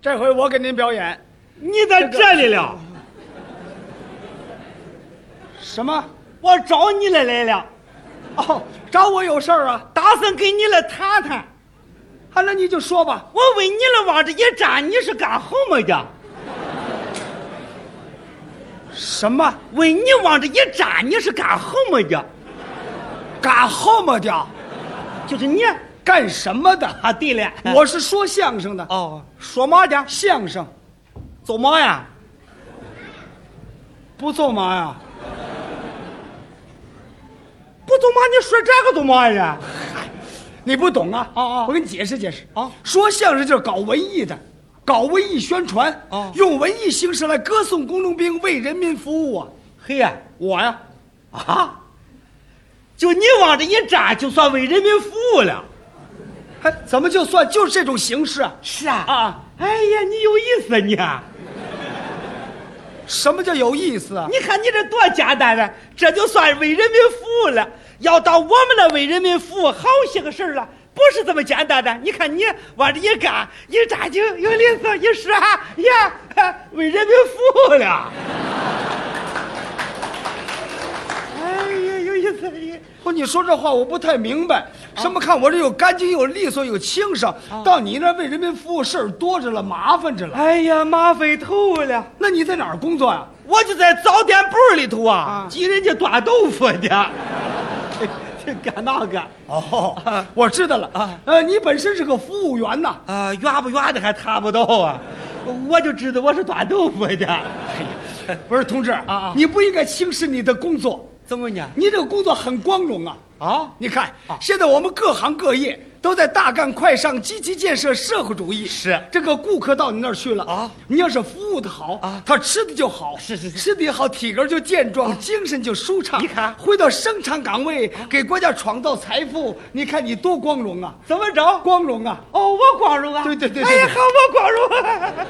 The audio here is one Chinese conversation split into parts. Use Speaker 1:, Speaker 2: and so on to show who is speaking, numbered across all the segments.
Speaker 1: 这回我给您表演
Speaker 2: 你在这里了，
Speaker 1: 什么？
Speaker 2: 我找你来来了，
Speaker 1: 哦，找我有事儿啊？
Speaker 2: 打算跟你来谈谈。
Speaker 1: 啊，那你就说吧。
Speaker 2: 我问你了，往这一站，你是干什么的？
Speaker 1: 什么？啊
Speaker 2: 问你往这一站，你是干什么的？
Speaker 1: 干什么的？
Speaker 2: 就是你
Speaker 1: 干什么的？
Speaker 2: 啊。对了，
Speaker 1: 我是说相声的，
Speaker 2: 哦，
Speaker 1: 说嘛的？相声
Speaker 2: 做嘛呀？
Speaker 1: 不走嘛呀？
Speaker 2: 不做嘛？你说这个做嘛呀？
Speaker 1: 你不懂啊？
Speaker 2: 哦哦
Speaker 1: 我给你解释解释
Speaker 2: 哦
Speaker 1: 说相声就是搞文艺的，搞文艺宣传
Speaker 2: 哦
Speaker 1: 用文艺形式来歌颂工农兵为人民服务啊。
Speaker 2: 嘿呀，
Speaker 1: 我呀，
Speaker 2: 啊，就你往这一站，就算为人民服务了。
Speaker 1: 还怎么就算就是这种形式啊？
Speaker 2: 是啊
Speaker 1: 啊
Speaker 2: 啊！哎呀，你有意思你、啊
Speaker 1: 什么叫有意思啊？
Speaker 2: 你看你这多简单啊，这就算为人民服务了。要到我们那为人民服务好些个事儿了，不是这么简单的。你看你往这一干，一扎就有意思，一说呀，哈为人民服务了。哎呀，有意思！你
Speaker 1: 不，你说这话我不太明白。
Speaker 2: 哦
Speaker 1: 什么看我这又干净又利索又清爽，到你那儿为人民服务事儿多着了，麻烦着了。
Speaker 2: 哎呀，麻烦透了。
Speaker 1: 那你在哪儿工作啊呀、
Speaker 2: 我就在早点铺里头啊
Speaker 1: 啊，
Speaker 2: 给人家端豆腐的， 这干那个
Speaker 1: 哦，我知道了
Speaker 2: 啊。
Speaker 1: 呃，你本身是个服务员呐。
Speaker 2: 啊，远不远的还谈不到啊，我就知道我是端豆腐的。
Speaker 1: 不是，同志
Speaker 2: 啊
Speaker 1: 你不应该轻视你的工作，
Speaker 2: 怎么呢？
Speaker 1: 你这个工作很光荣啊。
Speaker 2: 啊，
Speaker 1: 你看，现在我们各行各业都在大干快上，积极建设社会主义。
Speaker 2: 是
Speaker 1: 这个顾客到你那儿去了
Speaker 2: 啊，
Speaker 1: 你要是服务的好
Speaker 2: 啊
Speaker 1: 他吃的就好，
Speaker 2: 是是是哦
Speaker 1: 吃的也好，体格就健壮，精神就舒畅。
Speaker 2: 你看啊
Speaker 1: 回到生产岗位，给国家创造财富，你看你多光荣啊！
Speaker 2: 怎么着？
Speaker 1: 光荣啊！
Speaker 2: 哦，我光荣啊！
Speaker 1: 对对对对
Speaker 2: 哎呀，好，我光荣，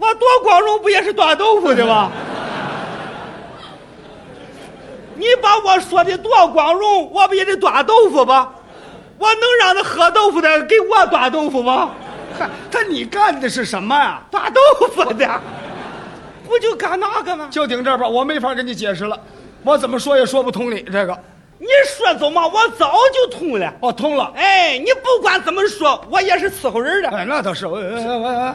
Speaker 2: 我多光荣，不也是端豆腐的吗？你把我说的多光荣，我不也得端豆腐吧？我能让那喝豆腐的给我端豆腐吗？
Speaker 1: 嗨，他你干的是什么呀、
Speaker 2: 端豆腐的，不就干那个吗？
Speaker 1: 就顶这儿吧，我没法跟你解释了，我怎么说也说不通你这个。
Speaker 2: 你说走嘛，我早就通了。
Speaker 1: 哦，通了。
Speaker 2: 哎，你不管怎么说，我也是伺候人的，
Speaker 1: 哎，那倒是。喂喂喂喂喂，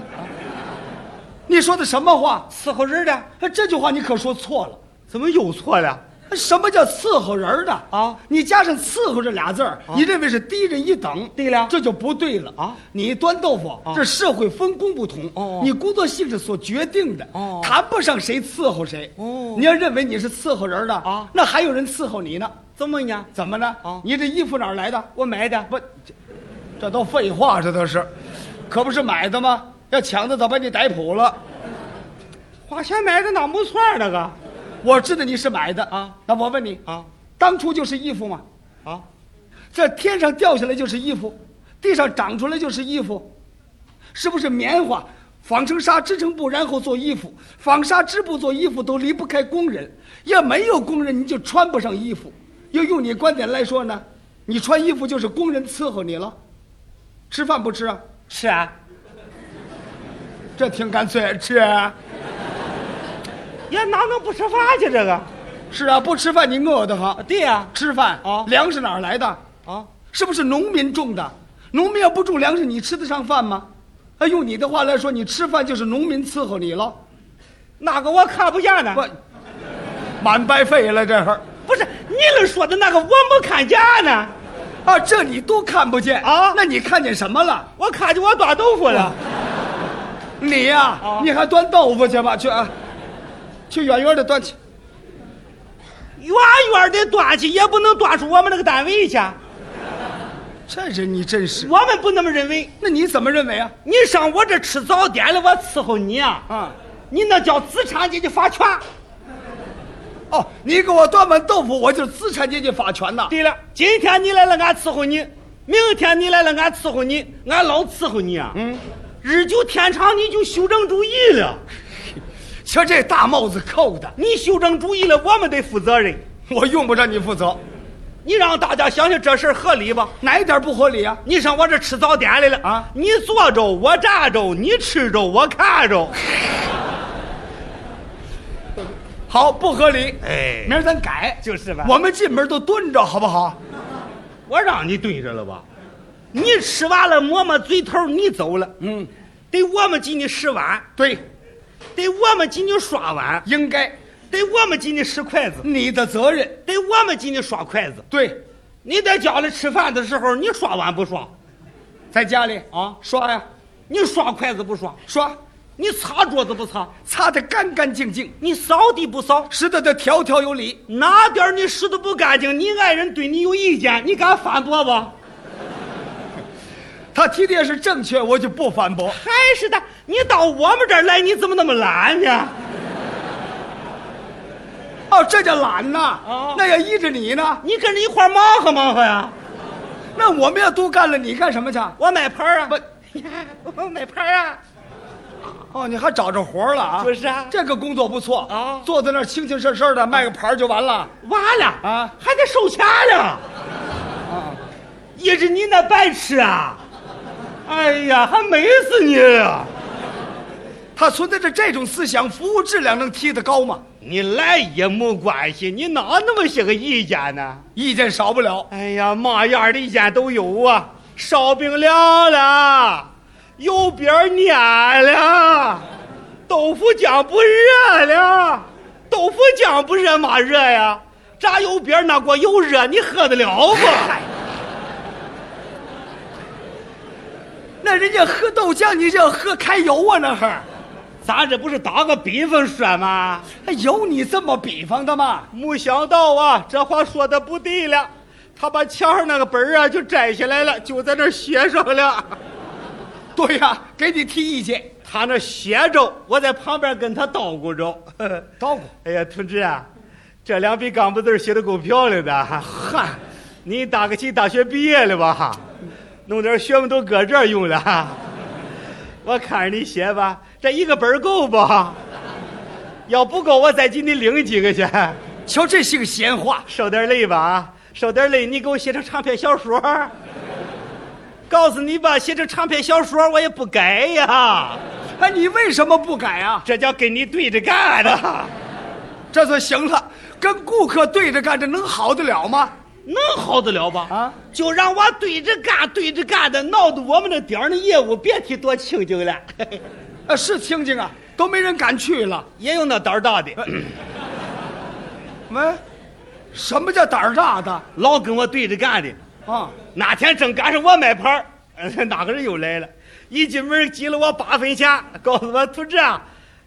Speaker 1: 你说的什么话？
Speaker 2: 伺候人的，
Speaker 1: 哎这句话你可说错了。
Speaker 2: 怎么又错了？
Speaker 1: 哎什么叫伺候人儿的
Speaker 2: 啊
Speaker 1: 你加上“伺候”这俩字儿，你认为是低人一等，
Speaker 2: 对了
Speaker 1: 这就不对了
Speaker 2: 啊！
Speaker 1: 你端豆腐，这社会分工不同，
Speaker 2: 哦
Speaker 1: 你工作性质所决定的，
Speaker 2: 哦
Speaker 1: 谈不上谁伺候谁。
Speaker 2: 哦
Speaker 1: 你要认为你是伺候人儿的
Speaker 2: 啊
Speaker 1: 那还有人伺候你呢？
Speaker 2: 怎么呢？
Speaker 1: 怎么呢？
Speaker 2: 啊
Speaker 1: 你这衣服哪儿来的？
Speaker 2: 我买的，
Speaker 1: 不，这这都废话，这都是，可不是买的吗？要抢的早把你逮捕了。
Speaker 2: 花钱买的那木串那个。
Speaker 1: 我知道你是买的
Speaker 2: 啊，
Speaker 1: 那我问你
Speaker 2: 啊，
Speaker 1: 当初就是衣服吗？
Speaker 2: 啊，
Speaker 1: 这天上掉下来就是衣服，地上长出来就是衣服，是不是棉花纺成纱织成布，然后做衣服？纺纱织布做衣服都离不开工人，要没有工人，你就穿不上衣服。要用你观点来说呢，你穿衣服就是工人伺候你了。吃饭不吃啊？
Speaker 2: 是啊，
Speaker 1: 这挺干脆，吃啊。
Speaker 2: 呀，哪能不吃饭去？这个，
Speaker 1: 是啊，不吃饭你饿得
Speaker 2: 啊
Speaker 1: 慌。
Speaker 2: 对呀、
Speaker 1: 吃饭
Speaker 2: 啊
Speaker 1: 粮食哪儿来的？
Speaker 2: 啊，
Speaker 1: 是不是农民种的？农民要不种粮食，你吃得上饭吗？哎，用你的话来说，你吃饭就是农民伺候你了，
Speaker 2: 那个我看不见呢。
Speaker 1: 不，满白费了这会儿。
Speaker 2: 不是你们说的那个，我没看见呢，
Speaker 1: 啊，这你都看不见
Speaker 2: 啊
Speaker 1: 那你看见什么了？
Speaker 2: 我看见我端豆腐了。
Speaker 1: 你呀、
Speaker 2: 啊
Speaker 1: 你还端豆腐去吧，去啊，去远远的端去。
Speaker 2: 远远的端去，也不能端出我们那个单位去。
Speaker 1: 这人你真是，
Speaker 2: 我们不那么认为。
Speaker 1: 那你怎么认为啊？
Speaker 2: 你上我这吃早点了，我伺候你啊！
Speaker 1: 啊，
Speaker 2: 你那叫资产阶级法权。
Speaker 1: 哦，你给我端碗豆腐，我就是资产阶级法权呐。
Speaker 2: 对了，今天你来了，俺伺候你；明天你来了，俺伺候你，俺老伺候你啊！嗯，日久天长，你就修正主义了。
Speaker 1: 瞧这大帽子扣的，
Speaker 2: 你修正主义了，我们得负责任。
Speaker 1: 我用不着你负责。
Speaker 2: 你让大家想想这事儿合理吧？
Speaker 1: 哪一点不合理啊？
Speaker 2: 你上我这吃早点来了
Speaker 1: 啊
Speaker 2: 你做着，我炸着，你吃着，我看着。
Speaker 1: 好，不合理。
Speaker 2: 哎
Speaker 1: 明，儿咱改，
Speaker 2: 就是吧
Speaker 1: 我们进门都蹲着，好不好？
Speaker 2: 我让你蹲着了吧？你吃完了抹抹嘴头，你走了，
Speaker 1: 嗯，
Speaker 2: 得我们给你洗碗，
Speaker 1: 对，
Speaker 2: 得我们给你刷碗，
Speaker 1: 应该，
Speaker 2: 得我们给你使筷子，
Speaker 1: 你的责任。
Speaker 2: 得我们给你刷筷子。
Speaker 1: 对，
Speaker 2: 你在家里吃饭的时候，你刷碗不刷？
Speaker 1: 在家里
Speaker 2: 啊
Speaker 1: 刷呀，
Speaker 2: 你刷筷子不刷？
Speaker 1: 刷，
Speaker 2: 你擦桌子不擦？
Speaker 1: 擦得干干净净，
Speaker 2: 你扫地不扫？
Speaker 1: 拾掇的条条有理。
Speaker 2: 哪点儿你拾的不干净，你爱人对你有意见，你敢反驳不？
Speaker 1: 他提的也是正确，我就不反驳。
Speaker 2: 还是的，你到我们这儿来，你怎么那么懒呢？
Speaker 1: 哦，这叫懒呐、
Speaker 2: 哦
Speaker 1: 那要依着你呢。
Speaker 2: 你跟着一块儿忙活忙活呀。
Speaker 1: 那我们要都干了，你干什么去？
Speaker 2: 我买盘儿啊，
Speaker 1: 不，
Speaker 2: 我买盘儿啊，
Speaker 1: 哦，你还找着活儿了啊？
Speaker 2: 就是啊
Speaker 1: 这个工作不错
Speaker 2: 啊
Speaker 1: 坐在那儿清清事事的，卖个牌儿就完了。
Speaker 2: 完了
Speaker 1: 啊
Speaker 2: 还得收钱了。
Speaker 1: 啊，
Speaker 2: 也是你那白痴啊！哎呀，还美死你了！
Speaker 1: 他存在着这种思想，服务质量能提得高吗？
Speaker 2: 你来也没关系，你哪那么些个意见呢？
Speaker 1: 意见少不了。
Speaker 2: 哎呀，嘛样的意见都有啊！烧饼凉了，油饼粘了，豆腐浆不热了，豆腐浆不热嘛热呀？炸油饼那锅油热，你喝得了不？
Speaker 1: 那人家喝豆浆，你这要喝开油啊？那是，
Speaker 2: 咱这不是打个比方说吗？
Speaker 1: 还哎有你这么比方的吗？
Speaker 2: 没想到啊，这话说的不对了，他把墙上那个本儿啊就摘下来了，就在那儿写上了。
Speaker 1: 对呀、给你提意见，
Speaker 2: 他那写着，我在旁边跟他叨咕着。
Speaker 1: 叨咕。
Speaker 2: 哎呀，同志啊，这两笔钢笔字儿写的够漂亮的。嗨，你打个气，大学毕业了吧？哈，弄点学问都搁这儿用了。哈我看着你写吧，这一个本儿够不？要不够，我再给你领几个去。
Speaker 1: 瞧，这是个闲话。
Speaker 2: 受点累吧啊，受点累，你给我写成长篇小说儿。告诉你吧，写成长篇小说儿我也不改呀，
Speaker 1: 哎，你为什么不改啊？
Speaker 2: 这叫跟你对着干啊的，
Speaker 1: 这算行了，跟顾客对着干，这能好得了吗？
Speaker 2: 能好得了吧？
Speaker 1: 啊，
Speaker 2: 就让我对着干，对着干的，闹得我们这点儿的业务别提多清静了，
Speaker 1: 呃，是清静啊，都没人敢去了。
Speaker 2: 也有那胆儿大的，
Speaker 1: 喂，什么叫胆儿大的
Speaker 2: 老跟我对着干的。
Speaker 1: 啊？
Speaker 2: 哪天正赶上我买牌儿， 呃哪个人又来了，一进门给了我八分钱，告诉我同志啊，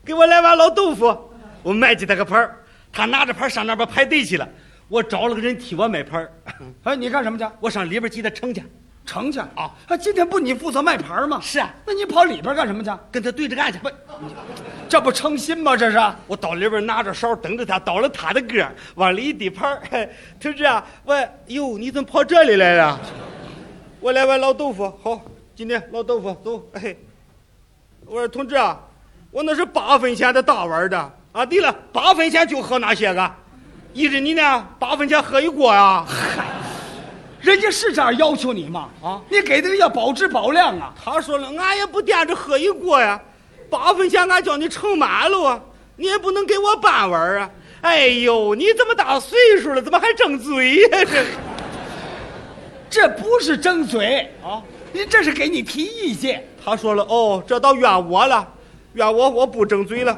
Speaker 2: 给我来碗老豆腐。我卖给他个牌儿，他拿着牌儿上那边排队去了。我找了个人替我买牌儿，
Speaker 1: 哎，你干什么去？
Speaker 2: 我上里边替他盛去。
Speaker 1: 成去啊
Speaker 2: 啊！
Speaker 1: 啊，今天不你负责卖牌儿吗？
Speaker 2: 是啊
Speaker 1: 那你跑里边干什么去？
Speaker 2: 跟他对着干去。不，
Speaker 1: 这不称心吗？这是
Speaker 2: 我到里边拿着勺等着他，倒了他的歌，往里一递盘儿。 嘿同志啊，我哟，你怎么跑这里来了？我来碗老豆腐，好，今天老豆腐走。哎，我说同志啊，我那是八分钱的大碗的啊。对了，八分钱就喝那些个，依着你呢，八分钱喝一锅啊。
Speaker 1: 人家是这样要求你吗？
Speaker 2: 啊，
Speaker 1: 你给的要保质保量啊！
Speaker 2: 他说了，俺也不惦着喝一锅呀，八分钱俺叫你盛满了啊，你也不能给我半碗儿啊。哎呦，你这么大岁数了，怎么还争嘴呀、 这
Speaker 1: 这不是争嘴，
Speaker 2: 啊，
Speaker 1: 您这是给你提意见。
Speaker 2: 他说了，哦，这倒怨我了，怨我，我不争嘴了。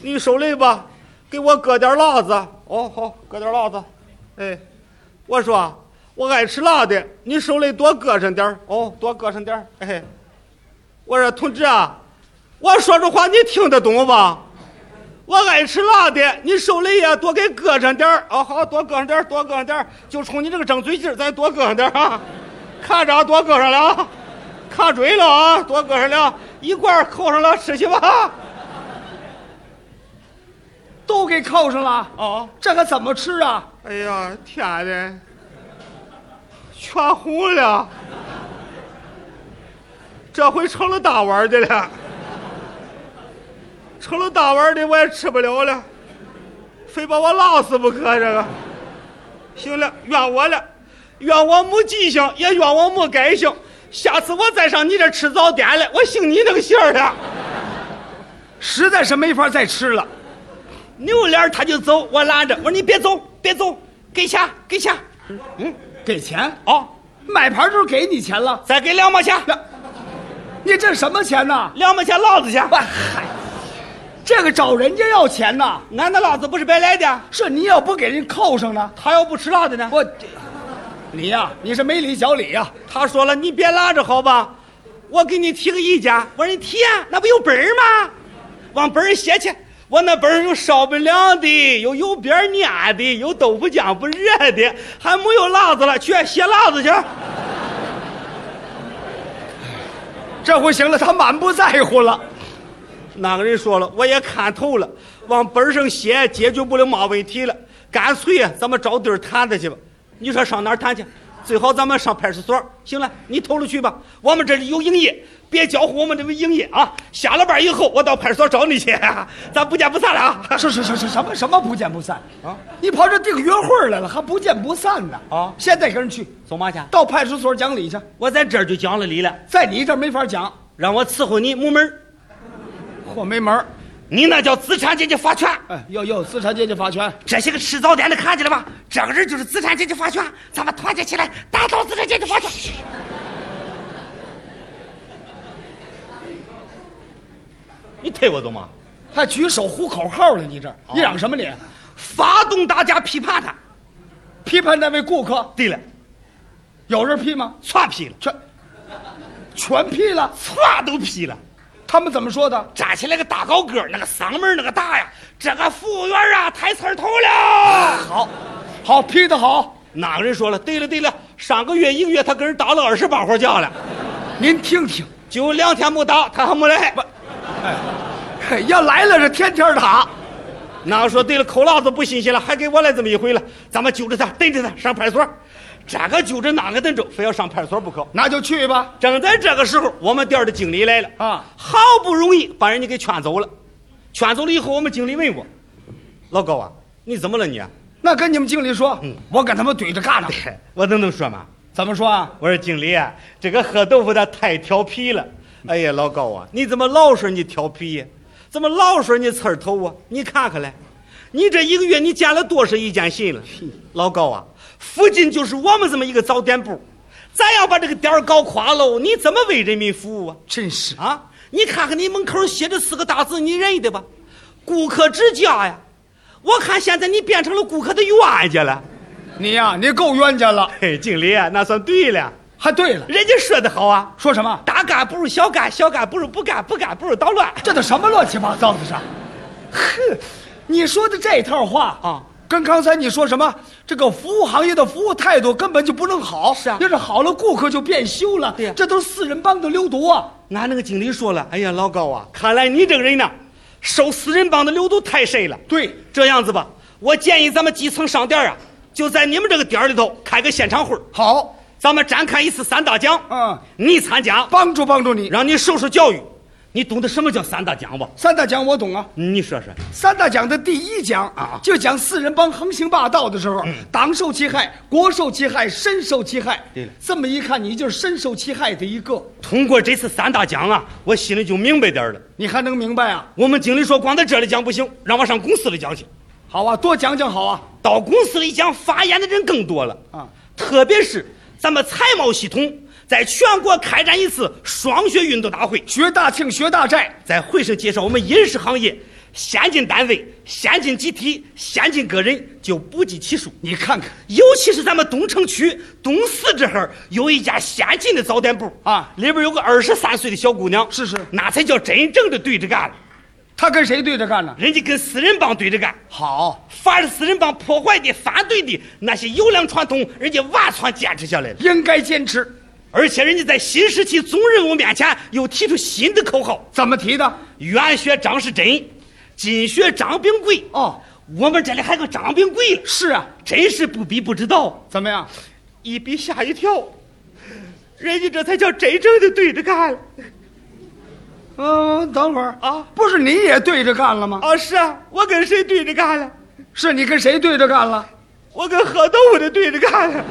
Speaker 2: 你受累吧，给我搁点辣子。哦，好，搁点辣子。哎，我说啊我爱吃辣的，你手里多搁上点儿。哦，多搁上点儿。哎，我说同志啊，我说这话你听得懂吧？我爱吃辣的，你手里也多给搁上点儿啊！好，多搁上点儿，多搁上点儿，就冲你这个争嘴劲儿，咱多搁上点儿啊！看着啊，多搁上了啊！看准了啊，多搁上了，一罐儿扣上了，吃去吧！
Speaker 1: 都给扣上了，
Speaker 2: 啊，
Speaker 1: 这可怎么吃啊？
Speaker 2: 哎呀，天哪，全红了，这回成了大碗的了，成了大碗的我也吃不了了，非把我辣死不可，这个。行了，怨我了，怨我没记性，也怨我没改性。下次我再上你这吃早点来，我信你那个信儿了。
Speaker 1: 实在是没法再吃了。
Speaker 2: 扭脸他就走，我拦着，我说你别走，别走，给钱，给钱。
Speaker 1: 嗯，给钱？
Speaker 2: 哦，
Speaker 1: 买盘都给你钱了，
Speaker 2: 再给两毛钱，
Speaker 1: 你这什么钱呐？
Speaker 2: 两毛钱烙子钱。
Speaker 1: 哇嗨，这个找人家要钱呐，
Speaker 2: 俺那烙子不是白来的，
Speaker 1: 这你要不给人扣上呢？
Speaker 2: 他要不吃辣的呢？
Speaker 1: 我，你呀、你是没理小李呀、
Speaker 2: 他说了，你别拦着好吧，我给你提个意见。我说你提呀、那不有本儿吗？往本儿写去。我那本儿有烧不凉的，有油边儿粘的，有豆腐浆不热的，还没有辣子了，去写辣子去。
Speaker 1: 这回行了，他满不在乎了。
Speaker 2: 那个人说了，我也看透了，往本儿上写解决不了嘛问题了，干脆啊，咱们找地儿谈谈去吧。你说上哪儿谈去？最好咱们上派出所。行了，你投了去吧，我们这里有营业，别搅和我们这个营业啊。下了班以后，我到派出所找你去， 咱不见不散了啊。
Speaker 1: 是是是是，什么什么不见不散
Speaker 2: 啊
Speaker 1: 啊？你跑这订约会来了，还不见不散呢？
Speaker 2: 啊
Speaker 1: 现在跟人去，
Speaker 2: 走嘛去？
Speaker 1: 到派出所讲理去，
Speaker 2: 我在这儿就讲了理了，
Speaker 1: 在你这儿没法讲，
Speaker 2: 让我伺候你木门儿
Speaker 1: 我没门儿。
Speaker 2: 你那叫资产阶级法权。
Speaker 1: 哎，要要资产阶级法权，
Speaker 2: 这些个吃早点的看见了吧？这个人就是资产阶级法权，咱们团结起来打倒资产阶级法权。你推我走吗？
Speaker 1: 还举手呼口号呢？你这儿你嚷什么你？
Speaker 2: 发动大家批判他。
Speaker 1: 批判那位顾客，
Speaker 2: 对了，
Speaker 1: 有人批吗？
Speaker 2: 全批了，
Speaker 1: 全全批了。
Speaker 2: 全都批了。
Speaker 1: 他们怎么说的？
Speaker 2: 站起来个大高个儿，那个嗓门儿那个大呀，这个服务员啊抬刺儿头了。
Speaker 1: 好，好批的好。
Speaker 2: 哪个人说了？对了对了，上个月一个月他跟人打了二十八回架了，
Speaker 1: 您听听，
Speaker 2: 就两天没打，他还没来。
Speaker 1: 嘿，要来了是天天打。
Speaker 2: 那我说对了，扣辣子不新鲜了，还给我来这么一回了，咱们揪着他，逮着他，上派出所。这个揪着那个逮着，非要上派出所不可。
Speaker 1: 那就去吧。
Speaker 2: 正在这个时候，我们店儿的经理来了
Speaker 1: 啊
Speaker 2: 好不容易把人家给劝走了。劝走了以后，我们经理问我：“老高啊，你怎么了你、啊
Speaker 1: 那跟你们经理说，我跟他们怼着干呢。？”
Speaker 2: 我能能说吗？
Speaker 1: 怎么说啊？
Speaker 2: 我说经理啊，这个喝豆腐的太调皮了。哎呀，老高啊，你怎么老说你调皮呀？怎么老说你刺儿头啊？你看看来，你这一个月你见了多少一见信了？老高啊，附近就是我们这么一个早点部，咱要把这个点儿搞垮喽，你怎么为人民服务啊？
Speaker 1: 真是
Speaker 2: 啊，你看看你门口写着四个大字，你认得吧？顾客之家呀。我看现在你变成了顾客的冤家了。
Speaker 1: 你呀、你够冤家了。
Speaker 2: 嘿，经理啊，那算对了，
Speaker 1: 还对了，
Speaker 2: 人家说的好啊。
Speaker 1: 说什么？
Speaker 2: 大干不如小干，小干不如不干，不干不如捣乱。
Speaker 1: 这都什么乱七八糟的事儿？哼，你说的这套话
Speaker 2: 啊，
Speaker 1: 跟刚才你说什么这个服务行业的服务态度根本就不能好。
Speaker 2: 是啊
Speaker 1: 要是好了，顾客就变修了。
Speaker 2: 对呀
Speaker 1: 这都是四人帮的溜毒啊！
Speaker 2: 俺那个经理说了，哎呀，老高啊，看来你这个人呐，受死人帮的流毒太深了。
Speaker 1: 对，
Speaker 2: 这样子吧，我建议咱们基层商店啊，就在你们这个店儿里头开个现场会儿，
Speaker 1: 好，
Speaker 2: 咱们展开一次三大讲。
Speaker 1: 嗯，
Speaker 2: 你参加，
Speaker 1: 帮助帮助你。
Speaker 2: 让你受受教育。你懂得什么叫三大讲吧？
Speaker 1: 三大讲我懂啊，
Speaker 2: 你说说，
Speaker 1: 三大讲的第一讲
Speaker 2: 啊嗯
Speaker 1: 就讲四人帮横行霸道的时候，党受其害，国受其害，身受其害。
Speaker 2: 对了
Speaker 1: 这么一看，你就是身受其害的一个，
Speaker 2: 通过这次三大讲啊，我心里就明白点儿了。
Speaker 1: 你还能明白啊？
Speaker 2: 我们经理说，光在这里讲不行，让我上公司里讲去。
Speaker 1: 好啊，多讲讲好啊。
Speaker 2: 到公司里讲发言的人更多了
Speaker 1: 啊，
Speaker 2: 特别是咱们财贸系统在全国开展一次双学运动大会，
Speaker 1: 学大庆，学大寨，
Speaker 2: 在会上介绍我们饮食行业先进单位、先进集体、先进个人就不计其数。
Speaker 1: 你看看，
Speaker 2: 尤其是咱们东城区东四这哈儿有一家先进的早点部
Speaker 1: 啊
Speaker 2: 里边有个二十三岁的小姑娘，
Speaker 1: 是是
Speaker 2: 那才叫真正的对着干了，
Speaker 1: 他跟谁对着干呢？
Speaker 2: 人家跟死人帮对着干。
Speaker 1: 好，
Speaker 2: 反而死人帮破坏的、反对的那些优良传统，人家完全坚持下来了。
Speaker 1: 应该坚持。
Speaker 2: 而且人家在新时期总任务面前又提出新的口号：
Speaker 1: 怎么提的？
Speaker 2: 远学张士珍，近学张炳贵。
Speaker 1: 哦，
Speaker 2: 我们这里还有个张炳贵了，
Speaker 1: 是啊，
Speaker 2: 真是不比不知道，
Speaker 1: 怎么样？
Speaker 2: 一比吓一跳。人家这才叫真正的对着干了
Speaker 1: 嗯，等会儿
Speaker 2: 啊
Speaker 1: 不是你也对着干了吗？
Speaker 2: 啊！是啊，我跟谁对着干了？
Speaker 1: 是你跟谁对着干了？
Speaker 2: 我跟喝豆腐的对着干呢，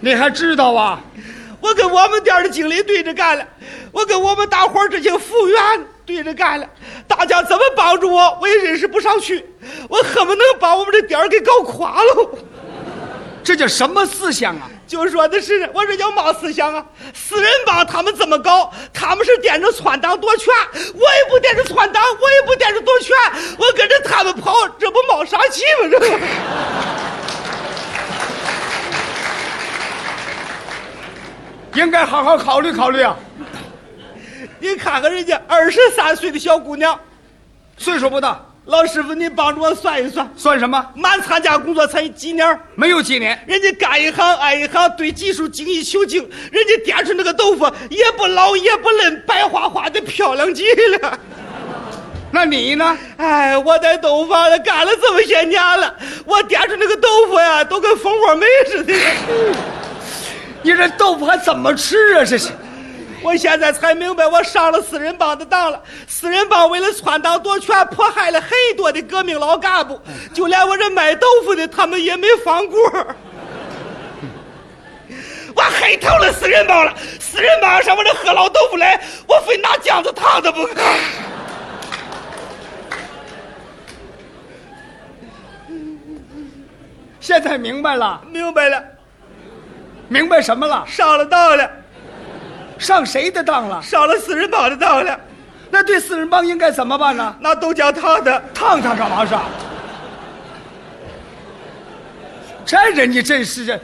Speaker 1: 你还知道啊？
Speaker 2: 我跟我们店儿的经理对着干了，我跟我们大伙儿这些服务员对着干了。大家怎么帮助我，我也认识不上去，我恨不能把我们这店儿给搞垮喽。
Speaker 1: 这叫什么思想啊？
Speaker 2: 就说的是，我说有嘛思想啊？私人帮他们这么搞，他们是惦着篡党夺权，我也不惦着篡党，我也不惦着夺权，我跟着他们跑，这不冒啥气吗？这不，
Speaker 1: 应该好好考虑考虑啊！
Speaker 2: 你看看人家二十三岁的小姑娘，
Speaker 1: 岁数不大，
Speaker 2: 老师傅，你帮着我算一算，
Speaker 1: 算什么？
Speaker 2: 满参加工作才几年儿？
Speaker 1: 没有几年，
Speaker 2: 人家干一行爱一行，对技术精益求精，人家颠出那个豆腐也不老也不嫩，白花花的漂亮极了。
Speaker 1: 那你呢？
Speaker 2: 哎，我在豆腐坊干了这么些年了，我颠出那个豆腐呀，都跟蜂窝煤似的。
Speaker 1: 你这豆腐还怎么吃啊？这是，
Speaker 2: 我现在才明白，我上了私人帮的当了。私人帮为了篡党夺权，迫害了很多的革命老干部，就连我这卖豆腐的，他们也没放过。 我黑透了私人帮了，私人帮上我这喝老豆腐来，我非拿酱子烫他不 可。
Speaker 1: 现在明白了，
Speaker 2: 明白了，
Speaker 1: 明白什么了？
Speaker 2: 上了当了，
Speaker 1: 上谁的当了？
Speaker 2: 上了私人帮的当了，
Speaker 1: 那对四人帮应该怎么办呢？
Speaker 2: 拿豆浆烫的。
Speaker 1: 烫他干嘛是吧？这人你真是这，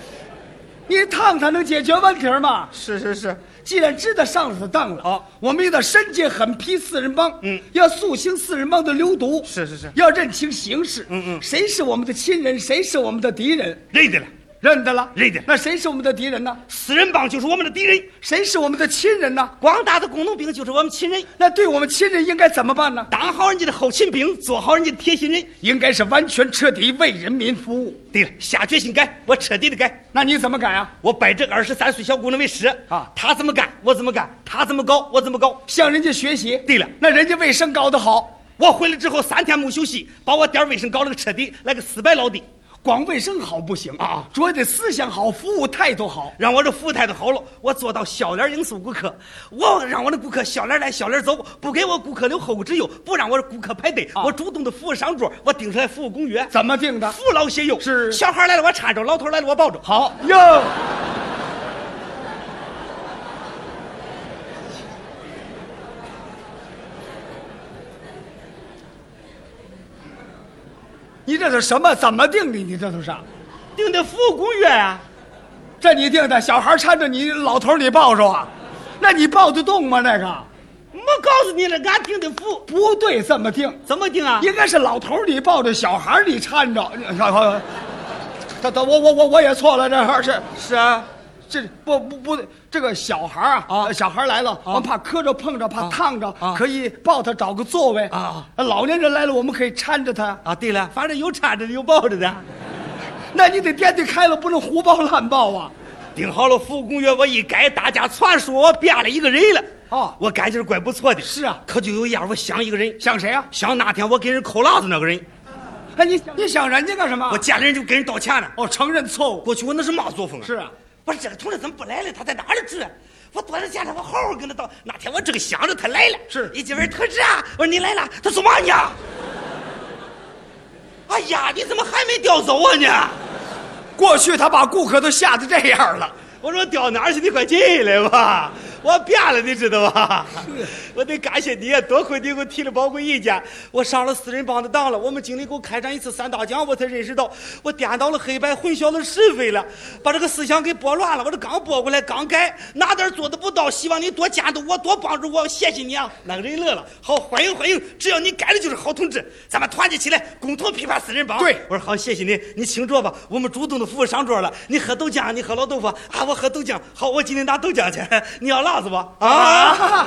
Speaker 1: 你烫他能解决问题吗？
Speaker 2: 是是是，
Speaker 1: 既然知道上了他当了，
Speaker 2: 好
Speaker 1: 我们也得深切狠批四人帮，
Speaker 2: 嗯
Speaker 1: 要肃清四人帮的流毒，
Speaker 2: 是是是
Speaker 1: 要认清形势，
Speaker 2: 嗯嗯
Speaker 1: 谁是我们的亲人，谁是我们的敌人，
Speaker 2: 认得了，
Speaker 1: 认得了，
Speaker 2: 认得
Speaker 1: 那谁是我们的敌人呢？
Speaker 2: 私人帮就是我们的敌人。
Speaker 1: 谁是我们的亲人呢？
Speaker 2: 广大的工农兵就是我们亲人，
Speaker 1: 那对我们亲人应该怎么办呢？
Speaker 2: 当好人家的后勤兵，做好人家的贴心人。
Speaker 1: 应该是完全彻底为人民服务。
Speaker 2: 对了，下决心改，我彻底的改，
Speaker 1: 那你怎么改啊？
Speaker 2: 我拜这二十三岁小姑娘为师
Speaker 1: 啊
Speaker 2: 她怎么干我怎么干，她怎么搞我怎么搞。
Speaker 1: 向人家学习。
Speaker 2: 对了
Speaker 1: 那人家卫生搞得好，
Speaker 2: 我回来之后三天没休息，把我点儿卫生搞了个彻底，来个死白老底，
Speaker 1: 光卫生好不行
Speaker 2: 啊，
Speaker 1: 主要得思想好，服务态度好。
Speaker 2: 让我这服务态度好了，我做到笑脸迎送顾客，我让我的顾客笑脸来笑脸走，不给我顾客留后顾之忧，不让我的顾客排队，
Speaker 1: 啊
Speaker 2: 我主动的服务上桌，我定出来服务公约，
Speaker 1: 怎么定的？
Speaker 2: 扶老携幼，
Speaker 1: 是
Speaker 2: 小孩来了我搀着，老头来了我抱着，
Speaker 1: 好哟。 你这都什么？怎么定的？你这都是？
Speaker 2: 定的服务公约啊。
Speaker 1: 这你定的？小孩搀着你，老头儿你抱着啊？那你抱得动吗？那个
Speaker 2: 我告诉你了，俺定的服务
Speaker 1: 不对，这么定。
Speaker 2: 怎么定啊？
Speaker 1: 应该是老头儿你抱着小孩儿你搀着， 然后，他他我我我我也错了，这号是
Speaker 2: 是啊，
Speaker 1: 这不不不，这个小孩儿啊，
Speaker 2: 啊
Speaker 1: 小孩儿来了，我们怕磕着碰着，怕烫着，
Speaker 2: 啊
Speaker 1: 可以抱他找个座位
Speaker 2: 啊。
Speaker 1: 老年人来了，我们可以搀着他，
Speaker 2: 啊，对了，反正有搀着的，有抱着的。
Speaker 1: 那你得惦记开了，不能胡抱乱抱啊。
Speaker 2: 定好了服务公约，我一改，大家传说我变了一个人了。
Speaker 1: 哦
Speaker 2: 我感觉怪不错的。
Speaker 1: 是啊
Speaker 2: 可就有一样，我想一个人，
Speaker 1: 想谁啊？
Speaker 2: 想那天我给人扣辣子那个人，
Speaker 1: 哎，你你想人家干什么
Speaker 2: 我？见了人就给人道歉了。
Speaker 1: 我承认错误。
Speaker 2: 哦过去我那是嘛作风啊？
Speaker 1: 是啊，
Speaker 2: 我说这个同志怎么不来了？他在哪儿住啊？我躲着见他，我好好跟他道。那天我这个想着他来了，
Speaker 1: 是
Speaker 2: 一进门，同志啊，我说你来了，他说嘛呢？哎呀，你怎么还没调走啊你？
Speaker 1: 过去他把顾客都吓得这样了，
Speaker 2: 我说掉哪儿去？你快进来吧！我变了，你知道吧？ 我得感谢你，啊多亏你给我提了宝贵意见。我上了私人帮的当了，我们经理给我开展一次三大讲，我才认识到我颠倒了黑白，混淆了是非了，把这个思想给拨乱了。我这刚拨过来，刚改，哪点儿做的不到？希望你多监督我，多帮助我，谢谢你啊！那个人乐了，好，欢迎欢迎，只要你改了就是好同志，咱们团结起来，共同批判私人帮。
Speaker 1: 对
Speaker 2: 我说好，谢谢您，你请坐吧。我们主动的服务上桌了。你喝豆 浆，你喝老豆腐啊，我喝豆浆。好，我今天拿豆浆去。你要辣子不？啊，
Speaker 1: 啊